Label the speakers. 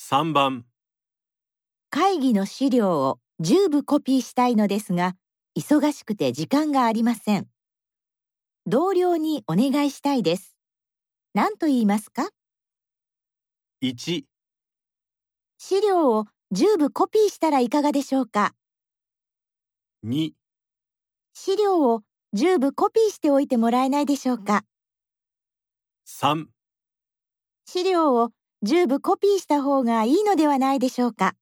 Speaker 1: 3番
Speaker 2: 会議の資料を10部コピーしたいのですが、忙しくて時間がありません。同僚にお願いしたいです。何と言いますか
Speaker 1: 1
Speaker 2: 資料を10部コピーしたらいかがでしょうか
Speaker 1: 2
Speaker 2: 資料を10部コピーしておいてもらえないでしょうか
Speaker 1: 3
Speaker 2: 資料を10部コピーした方がいいのではないでしょうか